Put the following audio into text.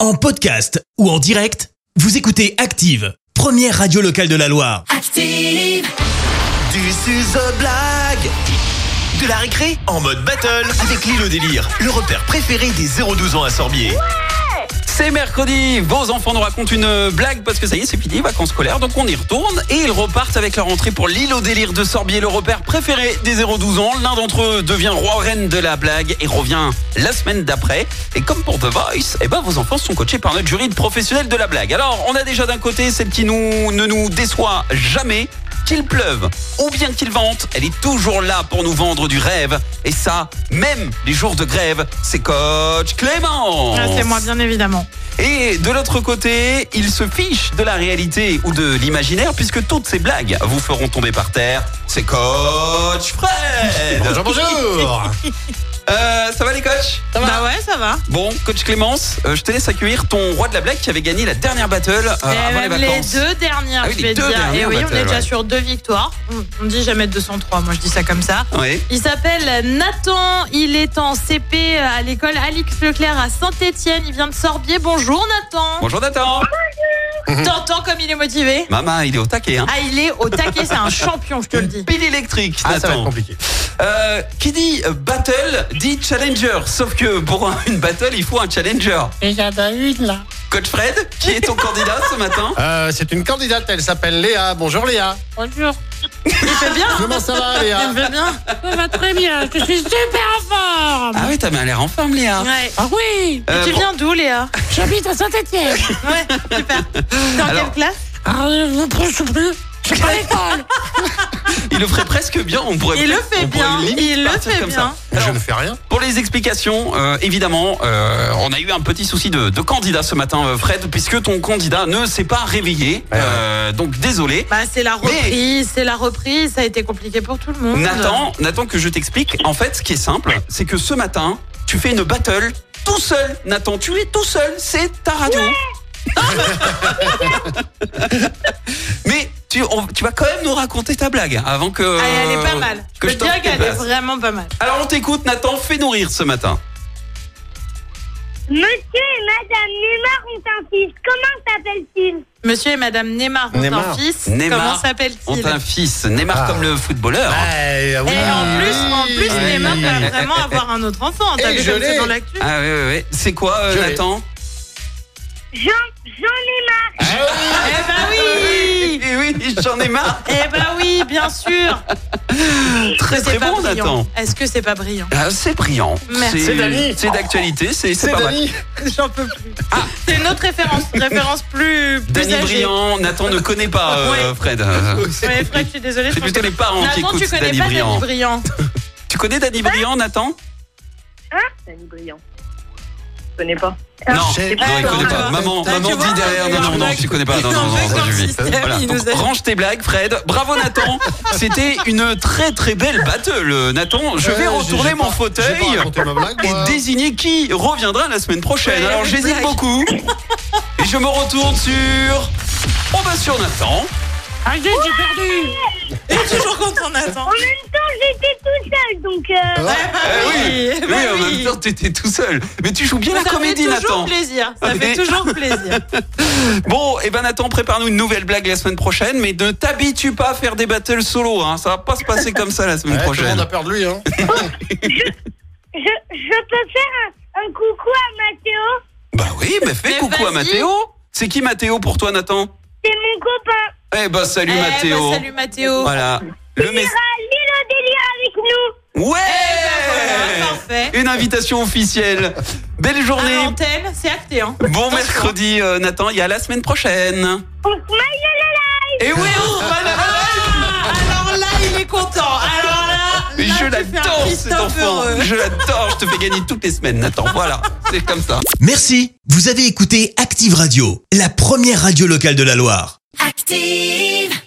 En podcast ou en direct, vous écoutez Active, première radio locale de la Loire. Active, Du suzo blague De la récré en mode battle avec Lilo Délire, le repère préféré des 0-12 ans à Sorbier. C'est mercredi, vos enfants nous racontent une blague parce que ça y est, c'est fini, vacances scolaires, donc on y retourne et ils repartent avec leur entrée pour l'île au délire de Sorbier, le repère préféré des 0-12 ans. L'un d'entre eux devient roi reine de la blague et revient la semaine d'après. Et comme pour The Voice, eh ben, vos enfants sont coachés par notre jury de professionnels de la blague. Alors, on a déjà d'un côté celle qui nous, ne nous déçoit jamais, qu'il pleuve ou bien qu'il vente, elle est toujours là pour nous vendre du rêve. Et ça, même les jours de grève, c'est coach Clément. Ah, c'est moi, bien évidemment. Et de l'autre côté, il se fiche de la réalité ou de l'imaginaire puisque toutes ces blagues vous feront tomber par terre. C'est coach Fred Bonjour, bonjour Ça va les coachs Bah ouais, ça va. Bon, coach Clémence, euh, je te laisse accueillir ton roi de la blague qui avait gagné la dernière battle euh, Et avant les même les vacances. deux dernières, Ah oui, je les vais deux dire. Et dernières oui, on battles, est déjà ouais. sur deux victoires. On- On dit jamais 203, moi je dis ça comme ça. Oui. Il s'appelle Nathan, il est en CP à l'école Alix Leclerc à Saint-Étienne. Il vient de Sorbier. Bonjour Nathan. Bonjour Nathan T'entends comme il est motivé Maman, il est au taquet. Hein. Ah, il est au taquet, c'est un champion, je te le dis. Pile électrique, Ah, ça va être Nathan. compliqué. Euh, qui dit euh, battle dit challenger. Sauf que pour un- une battle, il faut un challenger. Et j'en ai une là. Coach Fred, qui est ton candidat ce matin Euh, c'est une candidate, elle s'appelle Léa. Bonjour Léa. Bonjour. Il fait bien, hein Comment ça va il Léa fait bien. Ça va très bien. Je suis super en forme. Ah ouais, t'as bien l'air en forme, Léa. Ouais. Ah oui. Euh, tu bon, viens d'où Léa J'habite à Saint-Etienne. Ouais, super. Dans Alors- quelle classe Ah, je ne trouve plus. Je suis pas à l'école. il le ferait presque bien. On pourrait Il le peut-être- fait on pourrait bien, limite il le partir fait comme bien. ça. Je Alors, ne fais rien. pour les explications, euh, évidemment, euh, on a eu un petit souci de, de candidat ce matin, euh, Fred, puisque ton candidat ne s'est pas réveillé. Euh, donc désolé. Bah, c'est la Mais- reprise, c'est la reprise, ça a été compliqué pour tout le monde. Nathan, Nathan, que je t'explique. En fait, ce qui est simple, c'est que ce matin, tu fais une battle tout seul. Nathan, tu es tout seul. C'est ta radio. Mais tu, on- tu vas quand même nous raconter ta blague avant que. Ah, elle est pas mal. Euh, que je je peux dire t'en qu'elle est dépasse. vraiment pas mal. Alors on t'écoute, Nathan. Fais nourrir ce matin. Monsieur et Madame Neymar ont un fils. Comment s'appelle-t-il Monsieur et Madame Neymar ont un Neymar. fils. Neymar Comment On s'appelle-t-il t'a un fils, Neymar Ah. comme le footballeur. Eh, oui. Et en plus, en plus, Oui. Neymar va vraiment avoir un autre enfant. T'as Et vu je comme c'est l'ai. dans l'actu Eh Ah oui, oui, oui. C'est quoi, euh, Je l'ai. Nathan Jean, Jean Neymar. Ah Eh bah Eh oui oui, j'en ai marre. Eh bah oui, bien sûr Très C'est très pas bon, Nathan. brillant. Est-ce que c'est pas brillant Ah, c'est brillant. Merci. C'est- C'est Dani. C'est d'actualité, c'est c'est c'est pas mal. Dani. J'en peux plus. C'est une autre référence, une référence plus, plus Dany âgée. Ah. Briand, Nathan ne connaît pas euh, Fred. Euh, Ouais, Fred, je suis désolée. je C'est pense plutôt que- les parents qui Nathan, écoutent tu connais Dany pas Dany Briand. Briand. Tu connais Dany Briand, Nathan Dany Brillant. Je connais pas. Non, non, J'ai- il connaît non, pas. non. Maman, Ah, maman tu vois, dit derrière. Non, non, non, Arnaque. tu connais pas. Non, Non, non, non, mais ça, comme je vis. système, Eh Voilà, il donc nous a- range tes blagues, Fred. Bravo, Nathan. C'était une très très belle battle, euh, Nathan. Je vais Euh, retourner j'ai mon pas- fauteuil. j'ai pas raconté ma blague, moi. et désigner qui reviendra la semaine prochaine. Ouais, Alors avec j'hésite Black. beaucoup. Et je me retourne sur. On va sur Nathan. Eh Ah, zut, j'ai perdu. Toujours contre Nathan. En même temps, j'étais tout seul, donc. Euh... Ouais. Ah Eh oui, oui, bah oui, ben en oui. même temps, t'étais tout seul. Mais tu joues bien Ça la comédie, fait toujours Nathan. plaisir. Ça Oui. fait toujours plaisir. Bon, et ben Nathan, prépare-nous une nouvelle blague la semaine prochaine, mais ne t'habitue pas à faire des battles solo, hein. Ça va pas se passer comme ça la semaine Ouais, tout le prochaine. monde a peur de lui. Hein. Je, je peux faire un, un coucou à Mathéo. Bah oui, mais fais Mais coucou à vas-y. Mathéo. C'est qui Mathéo pour toi, Nathan C'est mon copain. Eh ben salut Eh, bah, Mathéo. salut Mathéo. Voilà. Le Il mess- ira à l'île au délire avec nous. Ouais. Eh, Voilà, Parfait. Une invitation officielle. Belle À journée. l'antenne, c'est acté. Hein. Bon mercredi, euh, Nathan, il y a la semaine prochaine. On se maille à Et la live. oui, on se voit là-bas. Ah, alors là, il est content. Alors là, Mais là, Ah, tu fais je un l'adore, cet Christophe enfant. heureux. Je l'adore, je te fais gagner toutes les semaines, Nathan. Voilà, c'est comme ça. Merci, vous avez écouté Active Radio, la première radio locale de la Loire. active.